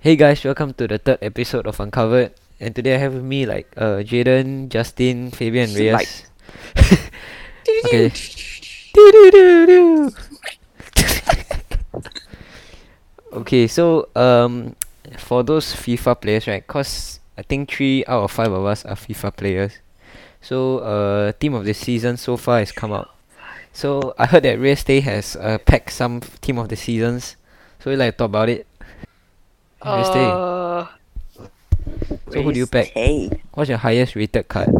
Hey guys, welcome to the third episode of Uncovered. And today I have with me like uh Jaden, Justin, Fabian, and Slide. Reyes. okay. Doo-doo-doo-doo. okay, so um for those FIFA players, right? Cause I think three out of five of us are FIFA players. So uh team of the season so far has come out. So I heard that Real Stay has uh, packed some team of the seasons. So we like to talk about it. Real Stay. Uh, So who do you pack? Hey. What's your highest rated card?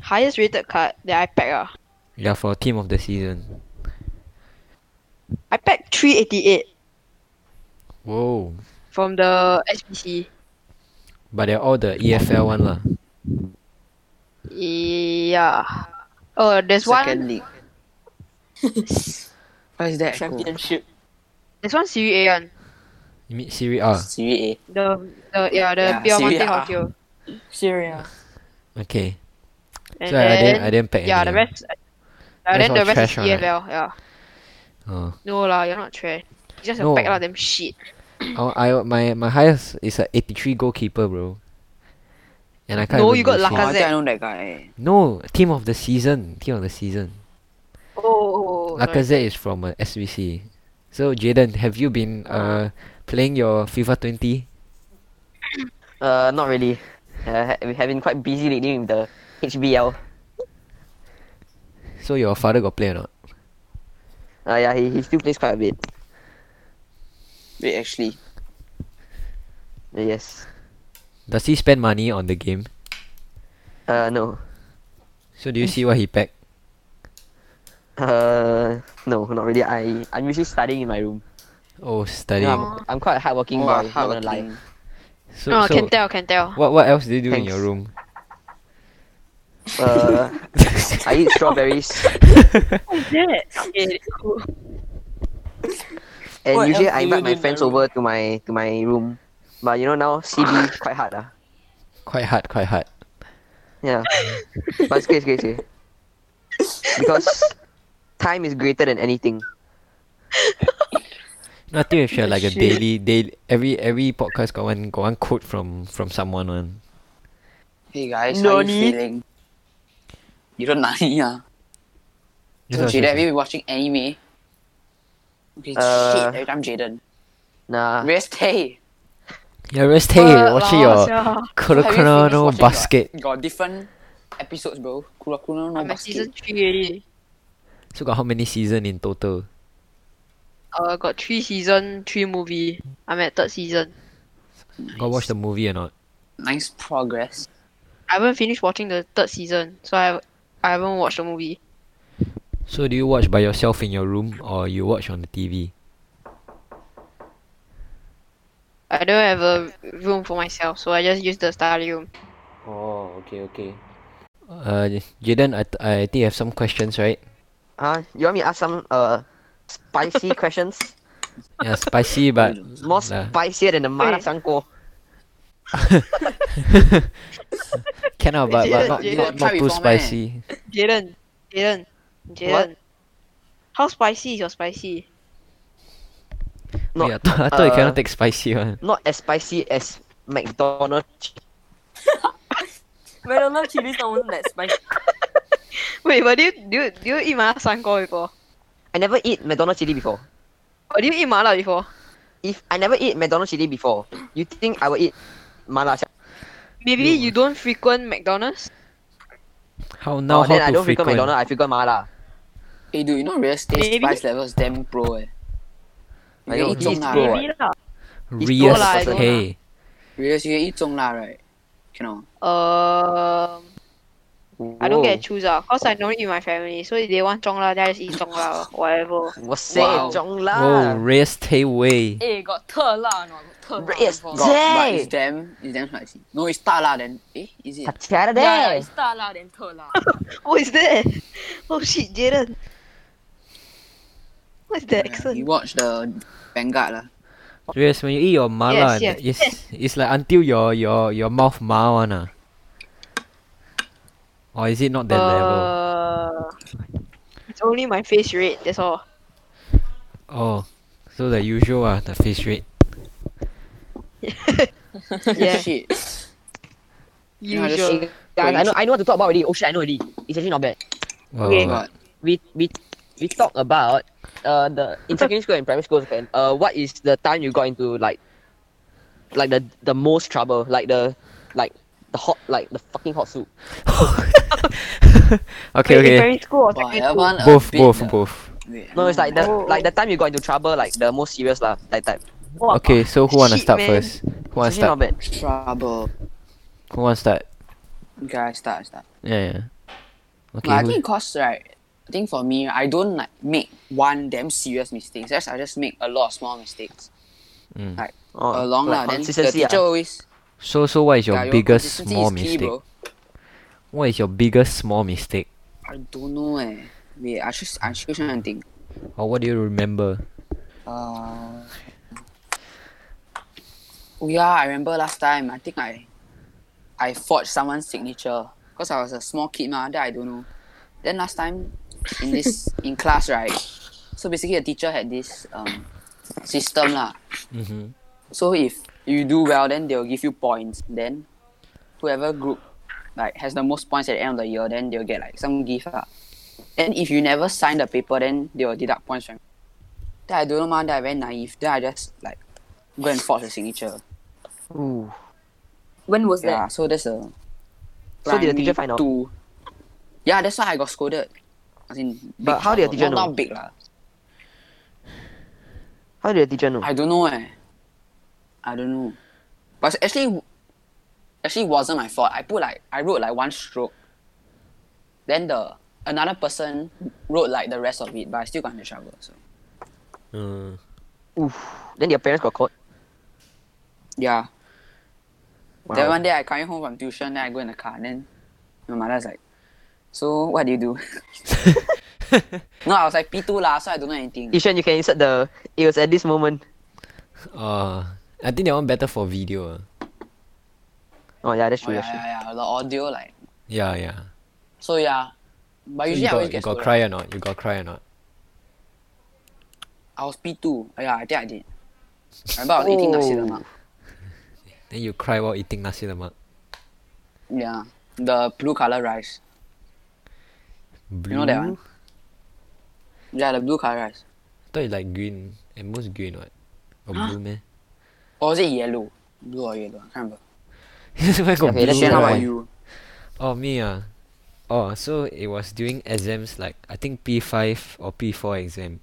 highest rated card that I pack ah. Yeah, for team of the season. I packed 388 Whoa. from the SBC. But they're all the EFL one lah. Yeah. Oh, there's Second one. league. What is that? Championship. There's one Serie A one. You mean Serie A? Serie The the yeah the Yeah, Serie Piemonte A. Hockey. Syria. Okay. And So I- I didn't- I didn't pack Yeah, any, the ah. rest. Yeah, That's then all the rest trash is one, right? EFL. Yeah. Oh. No lah, you're not trash. You just No. a pack a lot of them shit. Oh, I my my highest is a 83 goalkeeper, bro. And I can't. No, even you got believe it. Oh, I Lacazette. think I know that guy. No, team of the season. Team of the season. Oh, Oh. oh, sorry. Lacazette is from uh, SVC. So Jaden, have you been uh playing your FIFA 20? Uh, not really. Uh, ha- we have been quite busy lately with the HBL. So your father got play or not? Uh, yeah, he, he still plays quite a bit. Wait, actually. Uh, yes. Does he spend money on the game? Uh, no. So do you see what he packed? Uh, no, not really. I I'm usually studying in my room. Oh, You studying. know, I'm, I'm quite a hardworking Oh, boy. hard Not gonna lie. working. So, No, so can tell, can tell. What what else do you do in Thanks. your room? Uh, I eat strawberries, What is that? Okay, cool. and What usually else I do you invite do my in friends your room? over to my to my room. But you know now CB is quite hard ah. quite hard, quite hard. Yeah. but it's great, it's great, it's great. Because time is greater than anything. No, I think we should have like a Shit. daily daily every every podcast got one got one quote from from someone one. Hey guys, how you Nani? feeling? You don't nani ah. That's what I So was Jaden, have gonna you been watching anime? Okay, Uh, shit. Every time Jaden. Nah. Rest hey. say. Yeah, rest hey, Fuck watching lah, your sia. Kuro Have you Kuro finished no watching basket. Got, got different episodes, bro. Kura Kura no I'm at season basket. 3 already. So got how many season in total? Uh, got 3 season, 3 movie. I'm at 3rd season. Got watch the movie or not? Nice progress. I haven't finished watching the third season, so I I haven't watched the movie. So do you watch by yourself in your room or you watch on the TV? I don't have a room for myself, so I just use the study room. Oh, okay, okay. Uh, Jaden, I, th- I think you have some questions, right? Uh, you want me to ask some uh spicy questions? Yeah, spicy but More uh, spicier than the Mara Wait. Sanko. cannot, but, but Jaden- not, Jaden not, not tried too before, meh. spicy. Jaden, Jaden, Jaden. How spicy is your spicy? Not, Wait, I thought, I thought you uh, cannot take spicy one. Not as spicy as McDonald's. chi- McDonald's chilies not even that spicy. Wait, but do you do you, do you eat mala sango before? I never eat McDonald's chili before. Or do you eat mala before? If I never eat McDonald's chili before, you think I will eat Mala Sanko? Maybe you don't frequent McDonald's. How now? how oh, then to I frequent? don't frequent McDonald's, I frequent Mala. Hey dude, you know real estate Maybe. spice levels damn pro eh. You I can know, eat he's zong lah, pro, right? eh. lah. It's Rias, cold lah, I don't hey. Real you can eat zong lah, right? Cannot. Um, I don't get Whoa. to choose ah, cause I don't eat with my family, so if they want zhongla, then I just eat zhongla, or whatever. What's Wow. it, Zhong Oh, La? Rias Tay Wei. Eh, got 特辣 or not? Got 特辣 Yes, before. Got, but it's Zay! damn, it's damn spicy. No, it's 大辣 then. Eh, is it? Tatiana Yeah, there. it's 大辣 then 特辣. What is that? Oh shit, Jaden. What is that accent? You watch the Vanguard lah. Rias, when you eat your mala, Yes, it's, it's like until your your your mouth ma one ah. Or is it not that level? Uh, It's only my face red, that's all. Oh, so the usual ah, the face rate. Yeah. Shit. No, that's- Usual. Guys, I know I know what to talk about already. Oh shit, I know already. It's actually not bad. Oh Okay. Wow. god. We we we talk about uh the in secondary school and primary school and uh what is the time you got into like like the the most trouble like the like the hot like the fucking hot soup. okay, Wait, in okay. primary school or Wow, secondary that school? one a Both, bit, both, uh, both. wait, No, it's like the Oh, oh. like the time you got into trouble like the most serious lah like type. Wow. Okay, so who wanna Shit, start man. first? Who wanna It's actually start? not bad. trouble. Who wanna start? Okay, I start, I start. Yeah, yeah. Okay. Like, I who- think cause right, I think for me, I don't like make one damn serious mistakes. Just I just make a lot of small mistakes Mm. Oh, along like lah. Then the consistency teacher ah. always So, so what is your yeah, biggest consistency small is key, mistake? bro. What is your biggest small mistake? I don't know eh. Wait, I just I should try and think. Or what do you remember? Uh, oh yeah, I remember last time. I think I, I forged someone's signature because I was a small kid mah. Then I don't know. Then last time, in this in class right, so basically the teacher had this um, system lah. Mm-hmm. So if you do well, then they'll give you points. Then whoever group like has the most points at the end of the year, then they'll get like some gift. lah. Then if you never sign the paper, then they will deduct points from. Then I don't know, man. That I very naive. Then I just like go and forge the signature. Ooh. When was Yeah. that? So that's a. So did primary the teacher find out? Two. Yeah, that's why I got scolded. I mean, But how did your teacher not, know? Not big lah. How did the teacher know? I don't know eh. I don't know. But it's actually actually wasn't my fault. I put like I wrote like one stroke. Then the another person wrote like the rest of it, but I still got into trouble. So Then your parents got caught. yeah. Then Wow. one day I coming home from tuition, then I go in the car, then my mother's like, So what do you do? no, I was like P two lah, so I don't know anything. Ishan, you can insert the. It was at this moment. Uh, I think that one better for video. ah. Oh yeah, that's Oh, yeah, true. that's true. yeah, yeah. The audio like Yeah, yeah. so yeah. But So Oh, usually you I got, always you get got scolded. cry or not? You got cry or not? I was P two. Yeah, I think I did. I remember I was eating nasi lemak. Oh. Then you cry while eating nasi lemak. Yeah, the blue color rice. Blue. You know that one? Yeah, the blue color rice. thought it's like green. At most green what? Or blue man. Or is it yellow? Blue or yellow? I can't remember. Where got Okay, let's blue hear Then how about one? about you? Oh me ah. Oh, so it was during exams like I think P five or P four exam.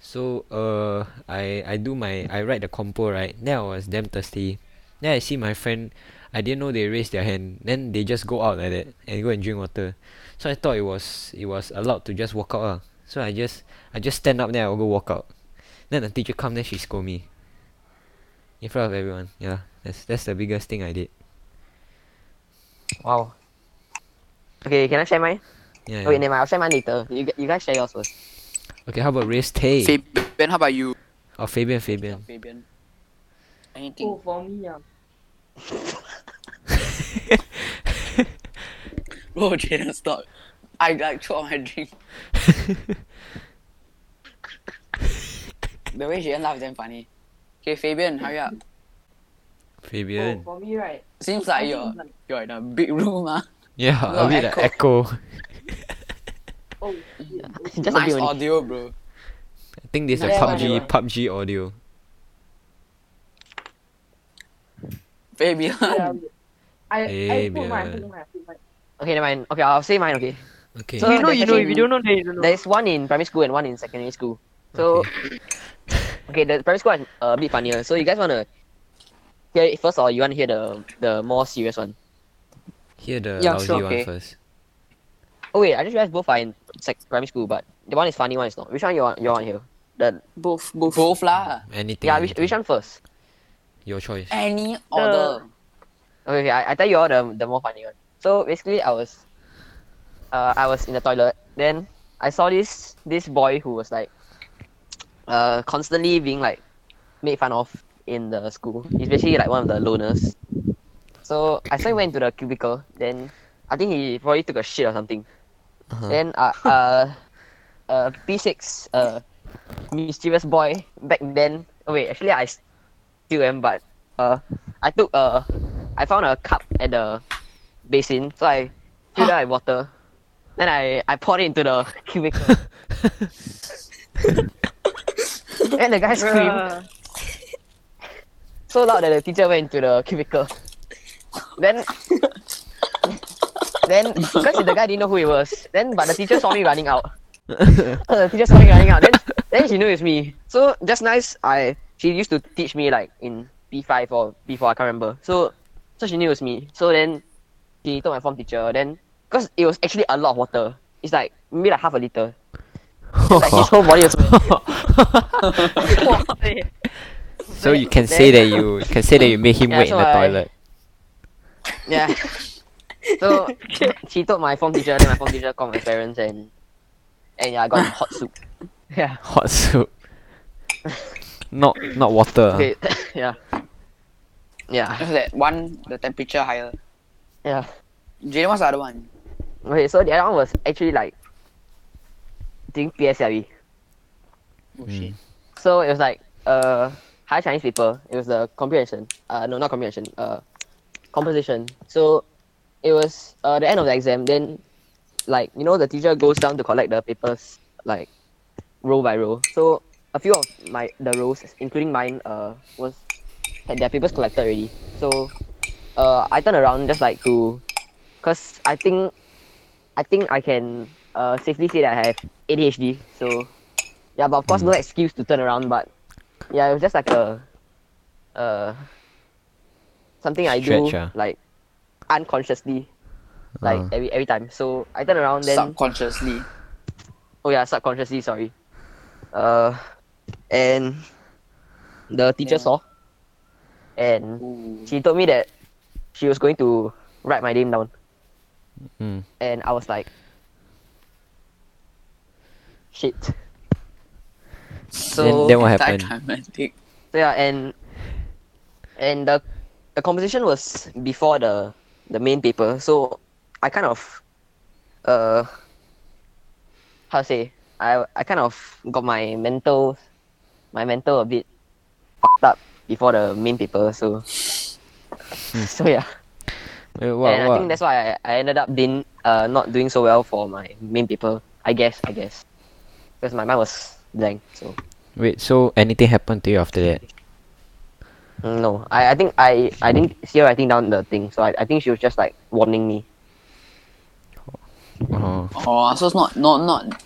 So uh I I do my I write the compo right. Then I was damn thirsty. Then I see my friend I didn't know they raised their hand. Then they just go out like that and go and drink water. So I thought it was it was allowed to just walk out ah. So I just I just stand up then I will go walk out. Then the teacher come then she scold me. In front of everyone. Yeah. That's that's the biggest thing I did. Wow. Okay, can I share mine? Yeah. Oh, wait, yeah. never mind. I'll share mine later. You, gu- you guys share yours first. Okay, how about race Tay? Fabian, how about you? oh, Fabian, Fabian. Fabian. Anything? Oh, for me, ah. Bro, Jaden, stop. I like threw out my drink. The way Jaden laughed is damn funny. Okay, Fabian, hurry up. Oh, Fabian. Oh, for me, right? Seems like I you're think like- you're in a big room, ah. Yeah, No, a bit like echo. Oh, Just a Nice bit only. audio, bro. I think this is Yeah, PUBG, whatever. PUBG audio. Fabian. yeah. I, I put mine, I Fabian. put mine, I put mine. Okay, never mind. Okay, I'll say mine. Okay. Okay. So- You know, you know. If Definitely. you don't know, then you don't know. There's one in primary school and one in secondary school. So, okay, the primary school one uh, a bit funnier. So you guys wanna hear it first, or you wanna hear the the more serious one? Hear the Yeah, lousy sure, one okay. first. Oh wait, I just realized both are in sec- primary school, but the one is funny, one is not. Which one you want? You want here? The Both, both. Both lah. Anything. yeah, which anything. which one first? Your choice. Any order. Okay, okay, I, I tell you all the, the more funny one. So basically, I was, uh, I was in the toilet. Then I saw this this boy who was like, uh, constantly being like, made fun of in the school. He's basically like one of the loners. So I saw him went into the cubicle. Then I think he probably took a shit or something. Uh-huh. Then uh, uh, uh, P six uh, mysterious boy back then. Oh wait, actually I, s- still am, but uh, I took uh, I found a cup at the basin, so I filled up with water. Then I, I poured it into the cubicle. and the guy screamed Bruh. so loud that the teacher went into the cubicle. Then, then because the guy didn't know who it was. Then, but the teacher saw me running out. Uh, she just started running out. Then, then she knew it's me. So just nice, I she used to teach me like in P five or P four, I can't remember. So so she knew it was me. So then she told my form teacher. Then because it was actually a lot of water. It's like maybe like half a liter. Like his whole body was. so you can say that you can say that you made him Yeah, wait in so the I- toilet. Yeah. So she told my form teacher. Then my form teacher called my parents and and yeah, I got hot soup. Yeah. Hot soup. Not not water. ah. Okay. yeah. Yeah. Just that one, the temperature higher. Yeah. Jaden, what's the other one? Okay, so the other one was actually like during PSLE. Oh Mm. shit. E. So it was like uh high Chinese paper. It was the comprehension. Uh no not comprehension, uh composition. So it was uh the end of the exam, then like you know the teacher goes down to collect the papers like row by row. So a few of my the rows, including mine, uh was had their papers collected already. So uh I turned around just like to cause I think I think I can uh safely say that I have ADHD, so yeah, but of course, no excuse to turn around. But yeah, it was just like a, uh, something I Stretch, do ah. like unconsciously, like Ah. every every time. So I turn around, then Subconsciously. oh yeah, subconsciously, sorry. Uh, and the teacher Yeah. saw, and Ooh. she told me that she was going to write my name down, Mm. and I was like, shit. So Then- then what happened? Anticlimactic. So yeah, and and the the composition was before the the main paper, so I kind of uh how to say I I kind of got my mental my mental a bit fucked up before the main paper, so so yeah. Wait, what, and I what? think that's why I, I ended up being uh not doing so well for my main paper. I guess I guess because my mind was blank, so. Wait, so anything happened to you after that? Mm, No, I, I think I, I didn't see her writing down the thing, so I, I think she was just like warning me. Mm. Oh. Oh, so it's not not not.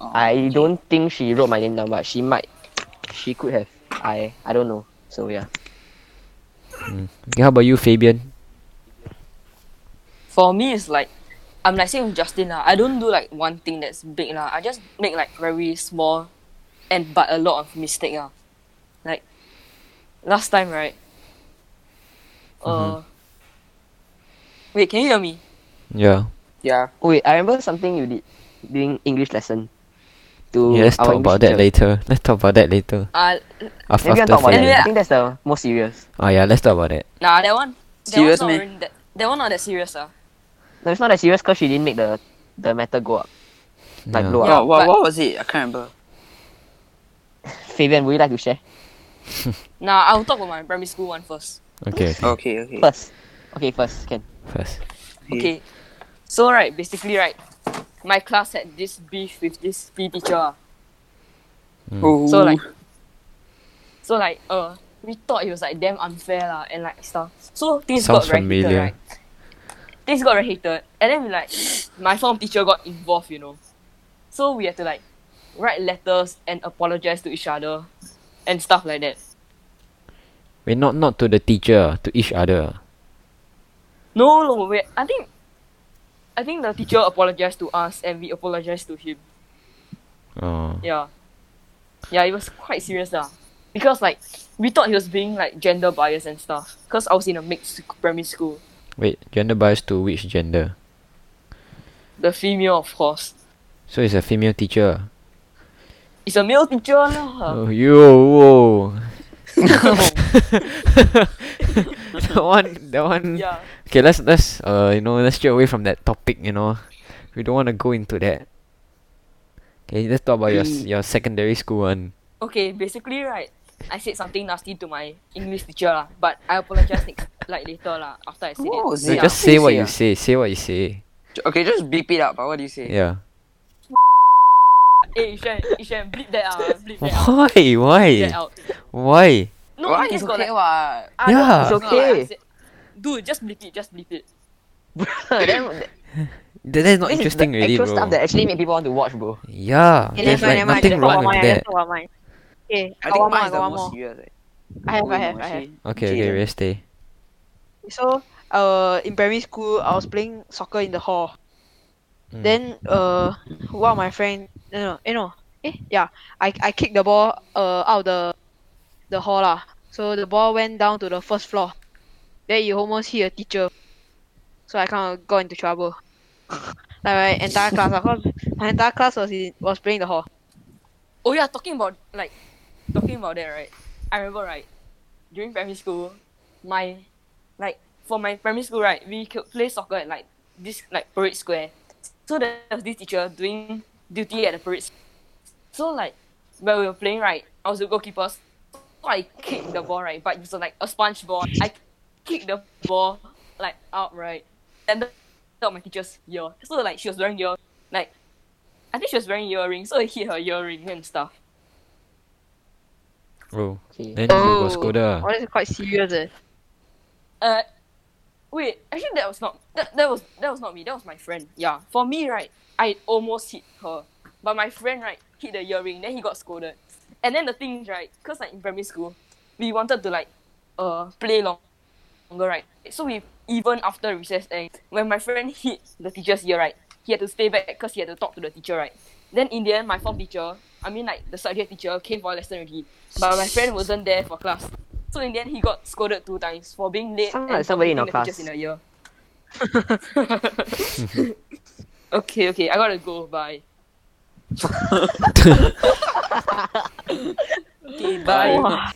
I don't think she wrote my name down, but she might, she could have. I I don't know. So yeah. Okay, how about you, Fabian? For me, it's like I'm like same with Justin lah. I don't do like one thing that's big lah. I just make like very small, and but a lot of mistake lah. Like last time, right? Mm-hmm. Uh, wait, can you hear me? Yeah. Yeah. Oh, wait, I remember something you did during English lesson. To yeah let's our talk English about that teacher. later. Let's talk about that later. Uh, Af- Maybe we can after Fabian. talk about that. Fabian. I think that's the most serious. Oh yeah, let's talk about that. nah, that one. That Serious, one's not man? really that, that one not that serious ah. lah. No, it's not that serious because she didn't make the the matter go up, like Yeah. blow Wow, up. Yeah, what, but- what was it? I can't remember. Fabian, would you like to share Nah, I'll talk about my primary school one first. Okay, okay. Okay, okay. first? Okay, first can. First. Okay. So right, basically right, my class had this beef with this P teacher. ah. Ooh. So like, so like, uh, we thought it was like damn unfair lah, and like stuff. So things Sounds got very heated, familiar. right? Things got very heated, and then we like, my form teacher got involved, you know. So we had to like write letters and apologize to each other, and stuff like that. Wait, not not to the teacher, to each other. No, no, wait. I think, I think the teacher apologized to us, and we apologized to him. Oh. Yeah. Yeah, it was quite serious lah. Because like we thought he was being like gender biased and stuff. Because I was in a mixed primary school. Wait, gender bias to which gender? The female of course. So it's a female teacher. It's a male teacher lah. Oh, yo, whoa. that one, that one. yeah. Okay, let's let's uh you know let's stay away from that topic. You know, we don't want to go into that. Okay, let's talk about your s- your secondary school one. Okay, basically right. I said something nasty to my English teacher lah, but I apologize next, like later lah after I said Oh, it. No, Zia, just do say what you ah? say. Say what you say. Okay, just beep it out. But what do you say? Yeah. Hey, Eh, you should you should bleep that out, eh. bleep that out, Why? bleep that Why? out. Why? No, Why? It's it's got okay, like, what? I Yeah. don't- It's not like I okay. said- Dude, just bleep it, just bleep it. Then- That, that's not this is interesting, the really, actual bro. stuff that actually make people want to watch, bro. Yeah, Okay, there's like never mind, never mind. nothing wrong Just talk about with mine, that. just talk about mine. Okay, I got think Oh, one more, mine I is the got one most more. serious. eh. I have, I Who have, I knows, have. eh? Okay, okay, Jaden. rest day. So, uh, in primary school, I was playing soccer in the hall. Mm. Then, uh, one of my friend, no, no, eh, no, eh, yeah, I, I kicked the ball, uh, out of the, the hall lah. So the ball went down to the first floor. Then it almost hit a teacher. So I kind of got into trouble. like my entire class, lah, 'cause my entire class was in, was playing the hall. Oh yeah, talking about like talking about that right. I remember right during primary school, my like for my primary school right, we could play soccer at like this like parade square. So there was this teacher doing duty at the parade. s- So like when we were playing right, I was the goalkeeper. So I kicked the ball right, but it was like a sponge ball. I kicked the ball like out right, and the my teacher's ear. So like she was wearing ear, like I think she was wearing earrings, so it hit her earring and stuff. Oh, Okay. then you got scolded. ah. oh, that's quite serious eh. Uh, wait, actually that was not that, that was that was not me. That was my friend. Yeah, for me right, I almost hit her, but my friend right hit the earring. Then he got scolded, and then the thing is, right, cause like in primary school, we wanted to like uh play long, longer right. So we even after recess and when my friend hit the teacher's ear right, he had to stay back because he had to talk to the teacher right. Then in the end, my form teacher, I mean like the subject teacher came for a lesson already, but my friend wasn't there for class. So in the end, he got scolded two times for being late Sound and like somebody in for our hitting the class. teachers in a year. okay, okay, I gotta go. Bye. okay, bye. Wow.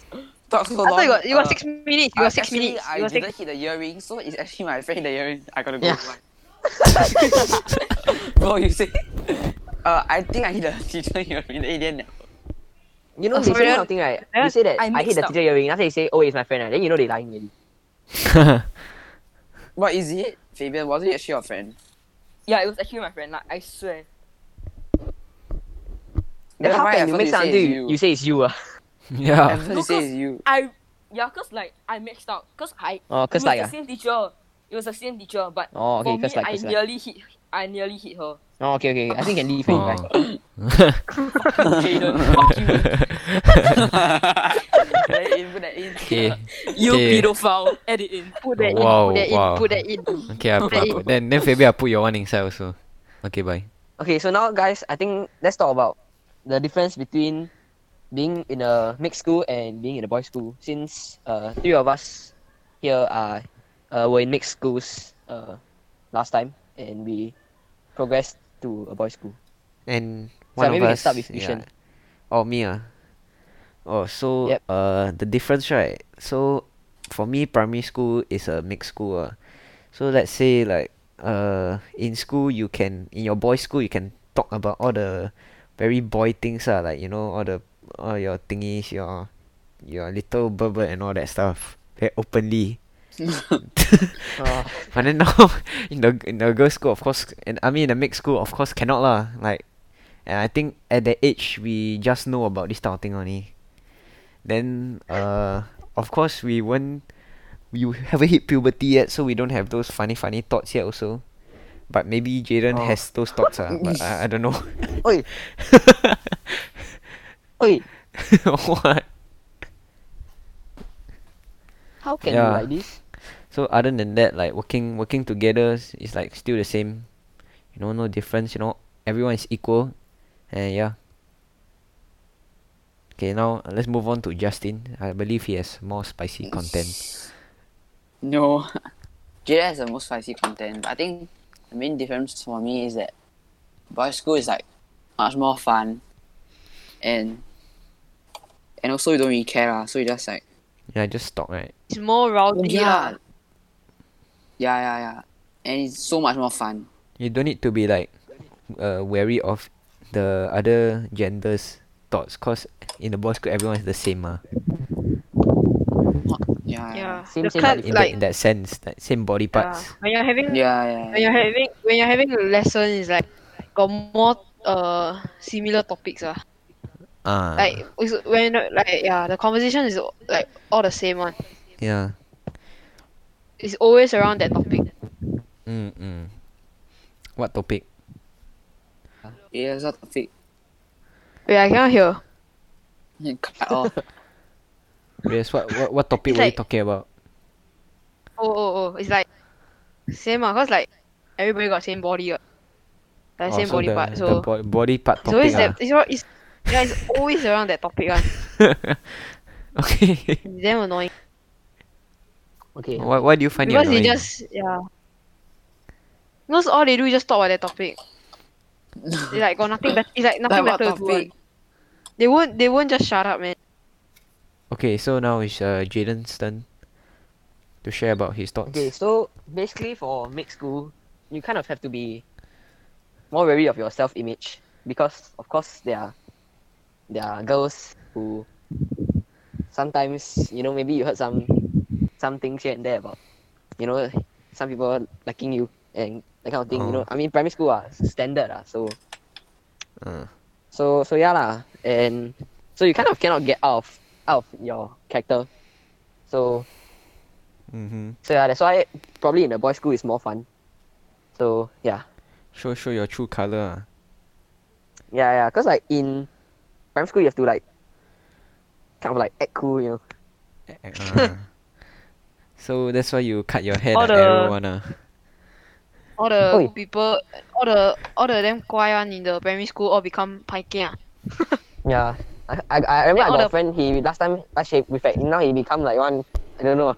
Talk so Oh, I thought you long. got, you got Uh, six minutes, you I got six actually- minutes, I you got didn't six hit the earring, so it's actually my friend the earring. I gotta go. Yeah. Bye. Bro, you say? Uh, I think I hit the teacher earring. Then in the end, You know, Oh, they sorry, say I- something right. I- You say that I I, hit mixed the up. teacher earring. After you say, oh, it's my friend. ah, Then you know they lying already. what is it? Fabian, was it actually your friend? Yeah, it was actually my friend. Like I swear. Then Never how mind, can I you thought make say something it's you, you say it's you? ah? I yeah. thought you say it's you. I yeah, cause like I mixed up. Cause I Oh, it was cause like the ah. same teacher. It was the same teacher, but Oh, okay, for me, cause like, I cause like. nearly hit. I nearly hit her. Oh, okay, okay. okay. I think can leave anyway. Oh. Jaden, fuck you. Put that in, put that in. okay. You Okay. pedophile. Edit in. Put that Wow, in, put that wow. in, put that in. Okay, I put, I put- then then maybe I put your one inside also. Okay, bye. Oh. Okay, so now guys, I think let's talk about the difference between being in a mixed school and being in a boys' school. Since uh, three of us here are uh, were in mixed schools uh, last time, and we progressed to a boys' school. And one maybe of we can us- start with yeah. Ishan. Oh me ah. Oh so Yep. uh the difference right. So for me primary school is a mixed school ah. So let's say like uh in school you can in your boys school you can talk about all the very boy things ah like you know all the all your thingies your your little bubble and all that stuff very openly. Oh, But then now in the in the girls' school, of course, and I mean in the mixed school, of course, cannot lah. Like, and I think at that age we just know about this type of thing only. Then uh, of course we won't, we haven't hit puberty yet, so we don't have those funny funny thoughts yet also. But maybe Jaden Oh. has those thoughts ah, but I, I don't know. Oi. Oi, what? how can Yeah. you like this? So other than that, like working working together s- is like still the same. You know, no difference. You know, everyone is equal, and yeah. Okay, now uh, let's move on to Justin. I believe he has more spicy content. No. Jada has the most spicy content, but I think the main difference for me is that boys' school is like much more fun and and also you don't really care lah, so you just like Yeah, just talk right. It's more rowdy lah. yeah. uh, Yeah, yeah, yeah. And it's so much more fun. You don't need to be like, uh, wary of the other genders thoughts because in the boys' school everyone is the same ah. mah. Yeah. Yeah. Same- the same class, body In, like, that, in that sense, like same body yeah. parts. When you're having Yeah, yeah. when you're having when you're having a lesson is like got more uh similar topics ah. Ah, Like it's- when like yeah, the conversation is like all the same one. yeah. It's always around that topic. Mm mm. What topic? Yeah, it's not a fake. Wait, I cannot hear. You Cut off. Yes, what what, what topic It's were like- you talking about? Oh oh oh, it's like same ah, cause like everybody got same body ah. Like Oh, same so body the, part. the So bo- body part it's always topic. ah. that it's, al- it's yeah, it's always around that topic one. okay. It's damn annoying. Okay. Why, why do you find because it annoying? they just yeah. Because all they do is just talk about that topic. they like got nothing better. It's like nothing Like what better to do. one. topic? They won't. They won't just shut up, man. Okay, so now it's uh, Jaden's turn to share about his thoughts. Okay, so basically for mixed school, you kind of have to be more wary of your self image because of course there are there are girls who sometimes, you know, maybe you heard some some things here and there about you know, some people liking you and that kind of thing, you know. I mean primary school are standard ah, so Uh, so so yeah lah, and so you kind of cannot get out of out of your character. So mm-hmm. So yeah, that's why probably in a boys' school is more fun. So yeah, Show show your true color. ah. yeah, yeah. Cause like in primary school, you have to like kind of like act cool, you know. Ah. Eh, ah. so that's why you cut your hair All like arrow the- one ah. All the Oi. people, all the all the damn guai one in the primary school all become pai kia. Yeah. I I, I Then remember I all got the- a friend. He last time last shape with like now he become like one. I don't know.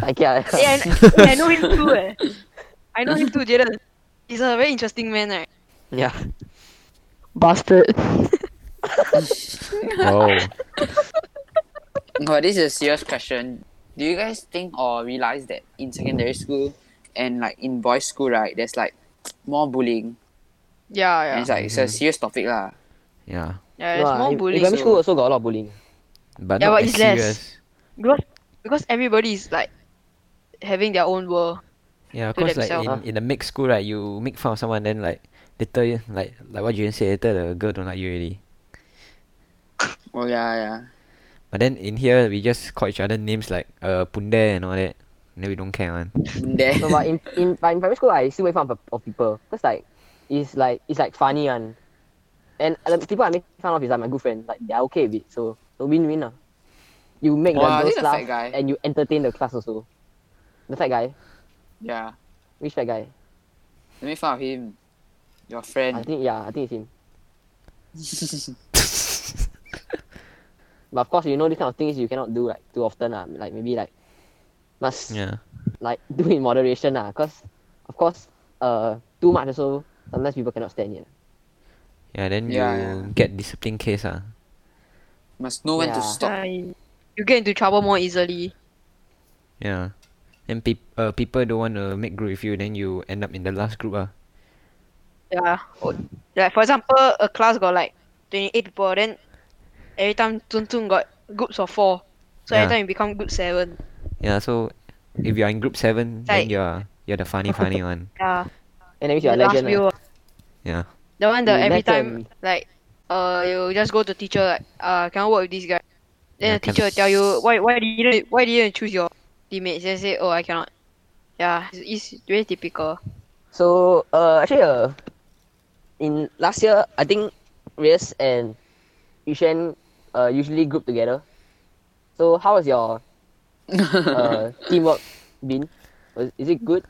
like yeah. Yeah, and- yeah, I know him too. Eh. I know him too, Jaden. He's a very interesting man, right? yeah. Bastard. Wow. No, this is a serious question. Do you guys think or realize that in secondary school and like in boys' school, right, there's like more bullying Yeah, and yeah. it's like it's a serious topic lah. Yeah, Yeah, there's No, ah, more in- in bullying. primary school also got a lot of bullying. but Yeah, not but as it's less. serious. because because everybody is like having their own world. Yeah, of to course. Like themselves. ah. in, in the mixed school, right, you make fun of someone, then like later, like like what Jaden said, later the girl don't like you already. Oh yeah, yeah. But then in here, we just call each other names like uh Punde and all that. And then we don't care one. There. So but in in but in primary school, I still make fun of, of people. Cause like it's like it's like funny and and uh, the people I make fun of is like my good friend. Like they're okay with it. So so win win lah. You make Wow, the is it girls the fat laugh guy? and you entertain the class also. The fat guy, yeah. which fat guy? Let me fun of him. Your I friend. think yeah, I think it's him. But of course, you know these kind of things you cannot do like too often lah. Like maybe like must yeah. like do in moderation lah. Cause of course, uh, too much also sometimes people cannot stand it. Yeah, then Yeah, you yeah. get discipline case ah. Must know when to Yeah. stop. Ah, you get into trouble more easily. Yeah. And pe- uh, people don't want to make group with you, then you end up in the last group ah. Yeah. Oh, Like for example, a class got like twenty eight people, then every time Zun Zun got groups of four. So Yeah. every time you become group seven. Yeah, so if you're in group seven, then Like- you're you're the funny funny one. Yeah. And then you're a the last legend. lah. few Yeah. The one that You every let them- time like uh you just go to teacher like uh cannot work with this guy. Yeah, Then the teacher cannot- will tell you why why didn't you- why didn't you choose your teammates? Then say oh I cannot. Yeah, it's, it's very typical. So uh, actually, uh, in last year, I think Reyes and Yushen uh, usually group together. So how has your uh, teamwork been? Was, is it good,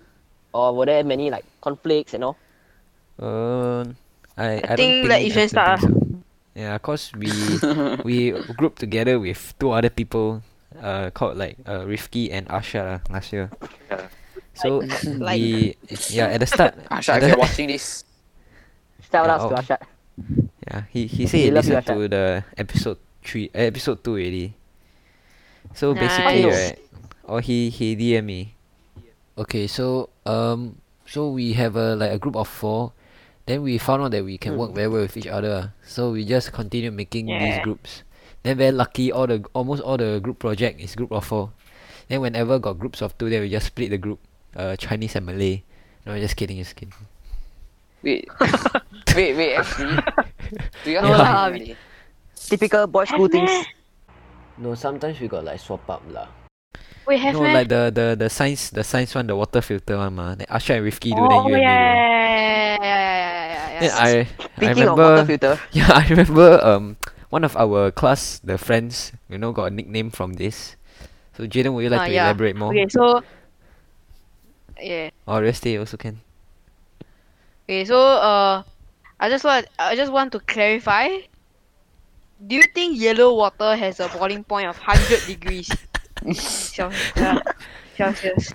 or were there many like conflicts and all? Uh, I, I, I think don't let think, Yishan I start don't think so. Yeah, cause we we grouped together with two other people, uh, called like uh, Rifki and Asha lah, last year. So Like- we yeah at the start. at Asha, Ah, if you're the- watching this, Shout Yeah, outs to oh. Ashad. Yeah, he he said We he love you, listened Asha. to the episode three, eh, episode two already. So Nice. basically, Nice. right? Or he he DM me. Okay, so um, so we have a like a group of four, Then we found out that we can work very well with each other. ah. So we just continued making these Yeah. groups. Then very lucky, all the almost all the group project is group of four. Then whenever got groups of two, then we just split the group, uh, Chinese and Malay. No, just kidding, just kidding. Wait, wait, wait. Actually, do you No know lah, we- yeah. Typical boy school things. No, sometimes we got like swap up lah. Wait, have no, meh? like the, the the science the science one, the water filter one, ma. Then Asha and Rifki do, then oh, you and me do. yeah, yeah, yeah, yeah, yeah, yeah, yeah, yeah, Then I, I Speaking of remember, water filter, yeah, I remember um one of our class, the friends, you know, got a nickname from this. So Jaden, would you like Ah, to yeah. elaborate more? Okay, so yeah. Or rest day also can. Okay, so uh, I just want I just want to clarify. Do you think yellow water has a boiling point of hundred degrees? Celsius. yeah, Celsius.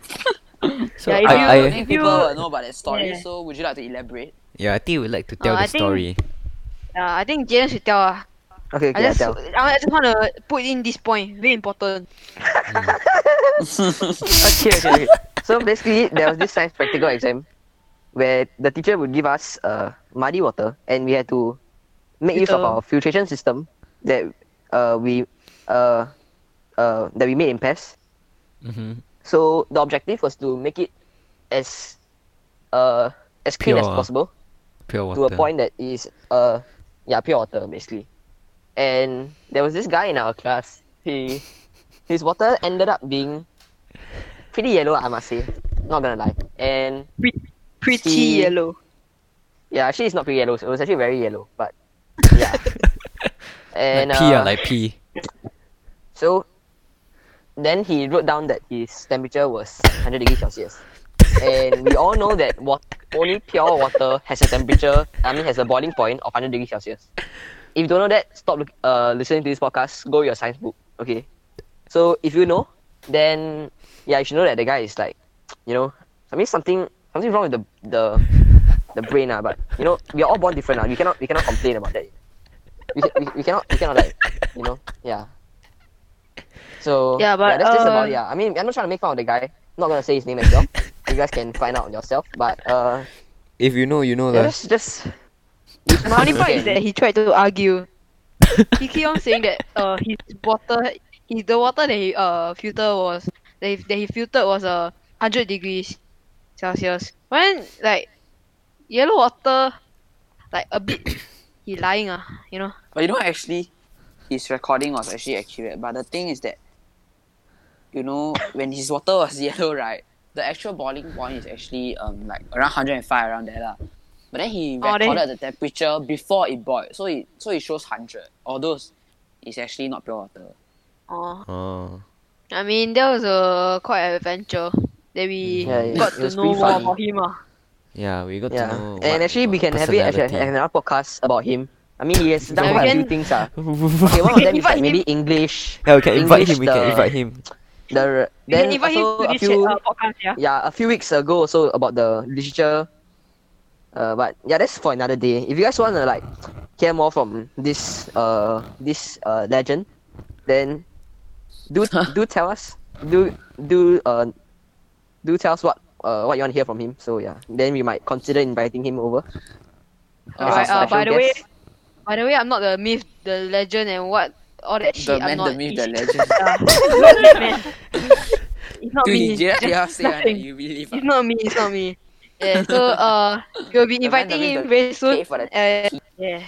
So Yeah, if you- I, I I think If you- people will know about that story. Yeah. So would you like to elaborate? yeah, I think you would like to tell Oh, I the think- story. Uh, I think Jaden should tell. ah. I okay, okay, I just tell. I, I just want to put in this point. Very important. okay, okay, okay. So basically, there was this science practical exam where the teacher would give us uh, muddy water, and we had to make use of Filter. our filtration system that uh, we uh, uh, that we made in PES. Mm-hmm. So the objective was to make it as uh, as clean as Pure possible Pure water. to a point that is uh yeah pure water basically and there was this guy in our class he his water ended up being pretty yellow i must say not gonna lie and Pretty See? yellow. yeah actually it's not pretty yellow it was actually very yellow but yeah and like pee, ah, uh, like pee. so then he wrote down that his temperature was 100 degrees celsius and we all know that wat- only pure water has a temperature i mean has a boiling point of 100 degrees celsius if you don't know that stop look, uh, listening to this podcast go to your science book okay so if you know then yeah you should know that the guy is like you know i mean something something wrong with the the the brain ah, but you know we are all born different now we cannot we cannot complain about that we, ca- we, we cannot we cannot like you know yeah so Yeah, but, that's just about uh, it, yeah i mean i'm not trying to make fun of the guy not gonna say his name as well you guys can find out yourself but uh If you know, you know yeah, lah. just just use My only mask part is that and- he tried to argue. he keep on saying that uh his water, his the water that he uh filter was that he, that he filtered was uh hundred degrees Celsius. When like yellow water, like a bit, he lying ah, you know. But you know, actually, his recording was actually accurate. But the thing is that, you know, when his water was yellow, right? The actual boiling point is actually um like around 105 around there lah. But then he Oh, then- recorded the temperature before it boiled, so it so it shows 100. Although it's actually not pure water. Oh, Oh. I mean that was a quite an adventure that we Yeah, it- got it to was know pretty more funny. about him ah. Yeah, we got to know. Yeah, what- and actually we what can have it actually have personality. another podcast about him. I mean, he has done Yeah, we quite a few can- things. Ah, okay, one of them is like maybe English. Yeah, we can invite him. We can English, invite him. The We can then invite him also to a this chat, few uh, podcast, yeah. yeah a few weeks ago also about the literature. Uh, but yeah, that's for another day. If you guys want to like hear more from this uh this uh legend, then do do tell us do do uh do tell us what uh what you want to hear from him. So yeah, then we might consider inviting him over. All right, as uh, a by Oh, special the way, guest. by the way, I'm not the myth, the legend, and what all that shit. the I'm man, not. the myth, it's- the legend. man. It's not Dude, me. did you It's, hear just that say that nothing. you believe? It's not me. It's not me. Yeah. So uh, we'll be The man, the inviting myth, him the- very soon. pay for the Uh, yeah.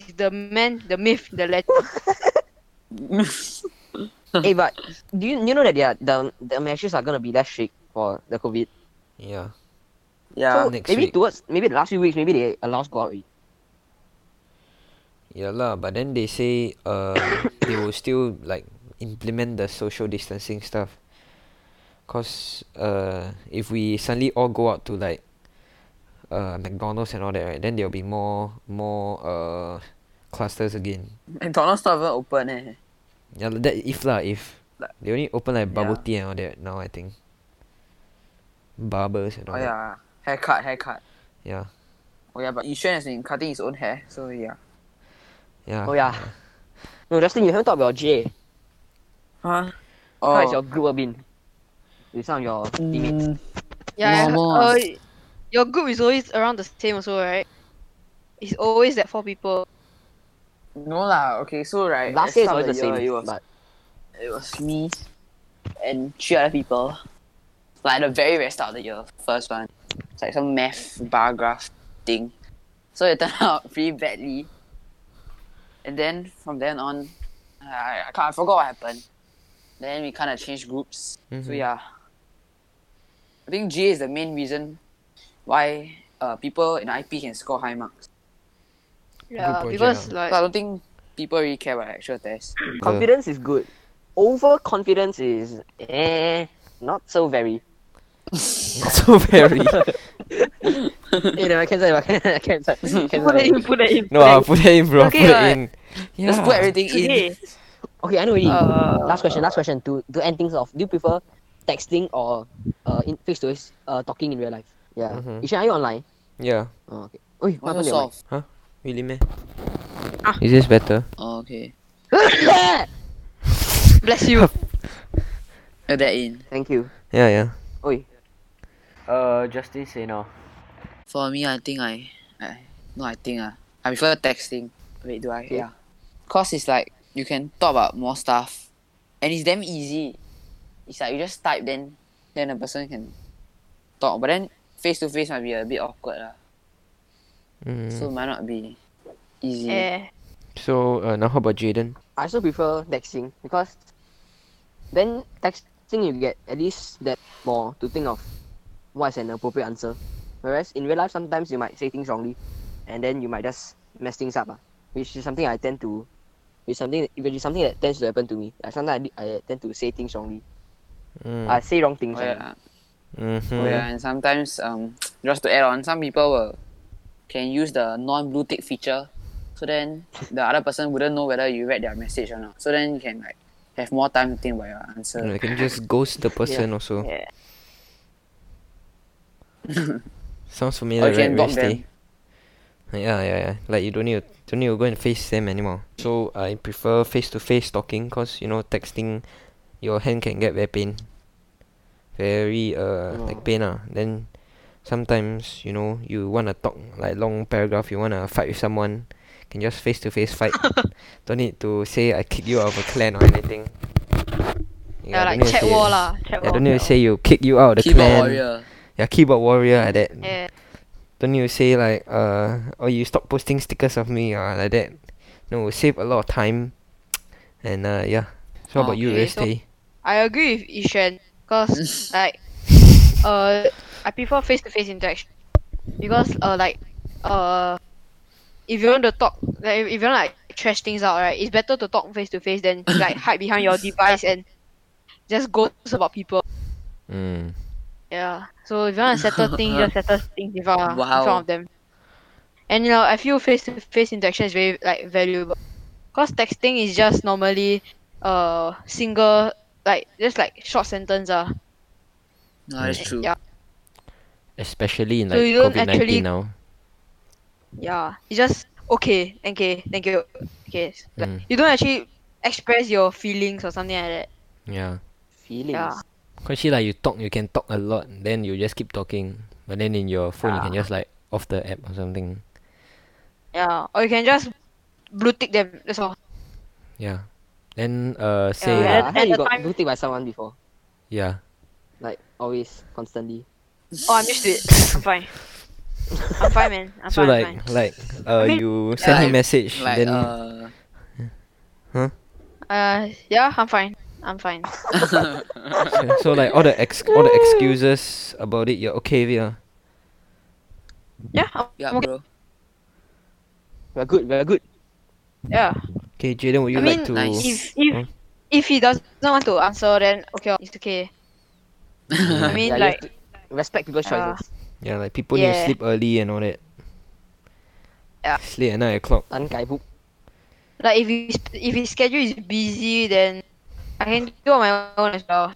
He's The man, the myth, the legend. hey, but do you you know that they are, the the measures are gonna be less strict for the COVID? Yeah. Yeah. so next maybe week. towards maybe the last few weeks, maybe they allow us go out. already. Yeah lah, but then they say uh they will still like implement the social distancing stuff. Cause uh if we suddenly all go out to like uh McDonald's and all that right, then there'll be more more uh clusters again. McDonald's not even open eh. Yeah lah, that if lah if Like- they only open like bubble Yeah. tea and all that now I think. Barbers and all Oh that. yeah, haircut, haircut. Yeah. Oh yeah, but Yishuan has been cutting his own hair, so yeah. Yeah. Oh yeah. No, Justin, you haven't talked about Jay. Huh? How Oh. has your group work been? With some of your teammates. Yeah. Oh, Normal. Uh, your group is always around the same, also, right? It's always that four people. No lah. Okay, so right. Last at year is start always of the same, year, It was, but it was me and three other people. Like the very very start of the year, first one. It's like some math bar graph thing. So it turned out pretty badly. And then from then on, I I, can't, I forgot what happened. Then we kind of changed groups. So Mm-hmm. Mhm. yeah, I think G is the main reason why uh, people in IP can score high marks. Yeah, project, because ah. So I like don't think people really care about actual tests. confidence is good. Overconfidence is eh, not so very. so very. you know, I can say, I can, I can say. put that in, put that in. No, I'll put it in, bro. Okay, put what? it in. Yeah. Just put everything in. Today, Okay, I know already. Uh, last question, last question. To to end things off, do you prefer texting or uh in face to face uh talking in real life? Yeah. Mhm. Ishan, are you online? Yeah. Oh, okay. Oi, what What's so happened to your soft? Really, man? Ah. Is this better? Oh, okay. mic? bless you. Add that in. Thank you. Yeah, yeah. Oi. Uh, Justin say no. For me, I think I, I no, I think uh, I prefer texting. Wait, do I? Yeah. Cause it's like you can talk about more stuff, and it's damn easy. It's like you just type, then then a person can talk. But then face to face might be a bit awkward lah, Mm. so it might not be easy. Yeah. So uh, now how about Jaden? I also prefer texting because then texting you get at least that more to think of what's an appropriate answer. Whereas in real life sometimes you might say things wrongly and then you might just mess things up, ah, which is something I tend to which something which is something that tends to happen to me. Like sometimes I, I tend to say things wrongly. Mm. I say wrong Oh, things. yeah. ah. Mhm. Oh yeah, and sometimes um just to add on, some people will can use the non blue tick feature. So then the other person wouldn't know whether you read their message or not. So then you can like have more time to think about your answer. You can just ghost the person also. Yeah. Sounds Or familiar, you can right, block Rusty? them. Yeah, yeah, yeah. Like you don't need to, don't need to go and face them anymore. So I prefer face to face talking, cause you know texting, your hand can get very pain. Very uh like pain ah. Then sometimes you know you wanna talk like long paragraph. You wanna fight with someone, can just face to face fight. don't need to say I kick you out of a clan or anything. don't Yeah, like need to chat say- wall lah. Chat Yeah, wall. don't need to chat say you kick you out of the Keyboard clan. warrior. Yeah, keyboard warrior like that. wall. Yeah. Don't need to say like uh oh you stop posting stickers of me or like that. No, it'll save a lot of time. And uh yeah. So how about you, Okay, so- Resti? I agree with Ishan because like uh I prefer face to face interaction because uh like uh if you want to talk like if if you want like trash things out right it's better to talk face to face than like hide behind your device and just ghost about people Mm. yeah so if you want to settle things just settle things in front, in Wow. front of them and you know I feel face to face interaction is very like valuable because texting is just normally uh single like just like short sentence ah. No, that's true. Yeah, Especially in So like like, you don't COVID nineteen actually- COVID-19 now. yeah. It's just okay, thank you, thank you. Okay, s- like, Mm. you don't actually express your feelings or something like that. Yeah. Feelings. Yeah. Cause see like you talk you can talk a lot, then you just keep talking. But then in your phone you can just like off the app or something. Yeah, or you can just blue tick them. That's all. Yeah. Then uh say yeah. Oh, Yeah, Yeah. I heard At you the got time- do thing by someone before. yeah. Like always, constantly. Oh, I'm used to it. I'm fine. I'm fine, man. I'm So fine. like I'm fine. like uh Okay. you send him like- message Like then uh Uh, yeah, I'm fine. I'm fine. Yeah, so like all the ex all the excuses about it, you're okay with it, ah? Yeah, I'm yeah, okay. bro. We're good. We're good. yeah. Okay, Jaden, would you I like mean, to? Nice. If if Huh? if he doesn't want to answer, then okay, it's okay. I mean, Yeah, you like have Respect people's Yeah. choices. Yeah, like people need to Yeah. sleep early and all that. Yeah. Sleep at nine o'clock. Unkaibu. like if his if his schedule is busy, then I can do on my own as well.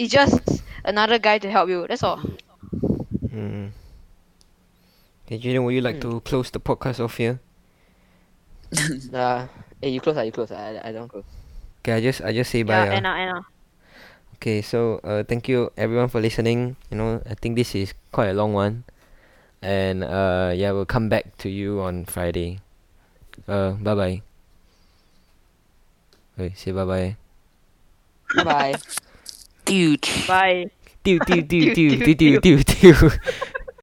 It's just another guy to help you. That's all. Mm. Okay, Jaden, would you like Hmm. to close the podcast off here? Uh, hey, you close. Are you close? I, I don't close. Okay, I just I just say yeah, bye. ah. and uh, and uh. Okay, so uh, thank you everyone for listening. You know, I think this is quite a long one. and uh, yeah, we'll come back to you on Friday. Uh, bye bye. Wait, say bye bye. Bye bye. Bye. Dew dew dew Dew, dew dew, dew dew dew.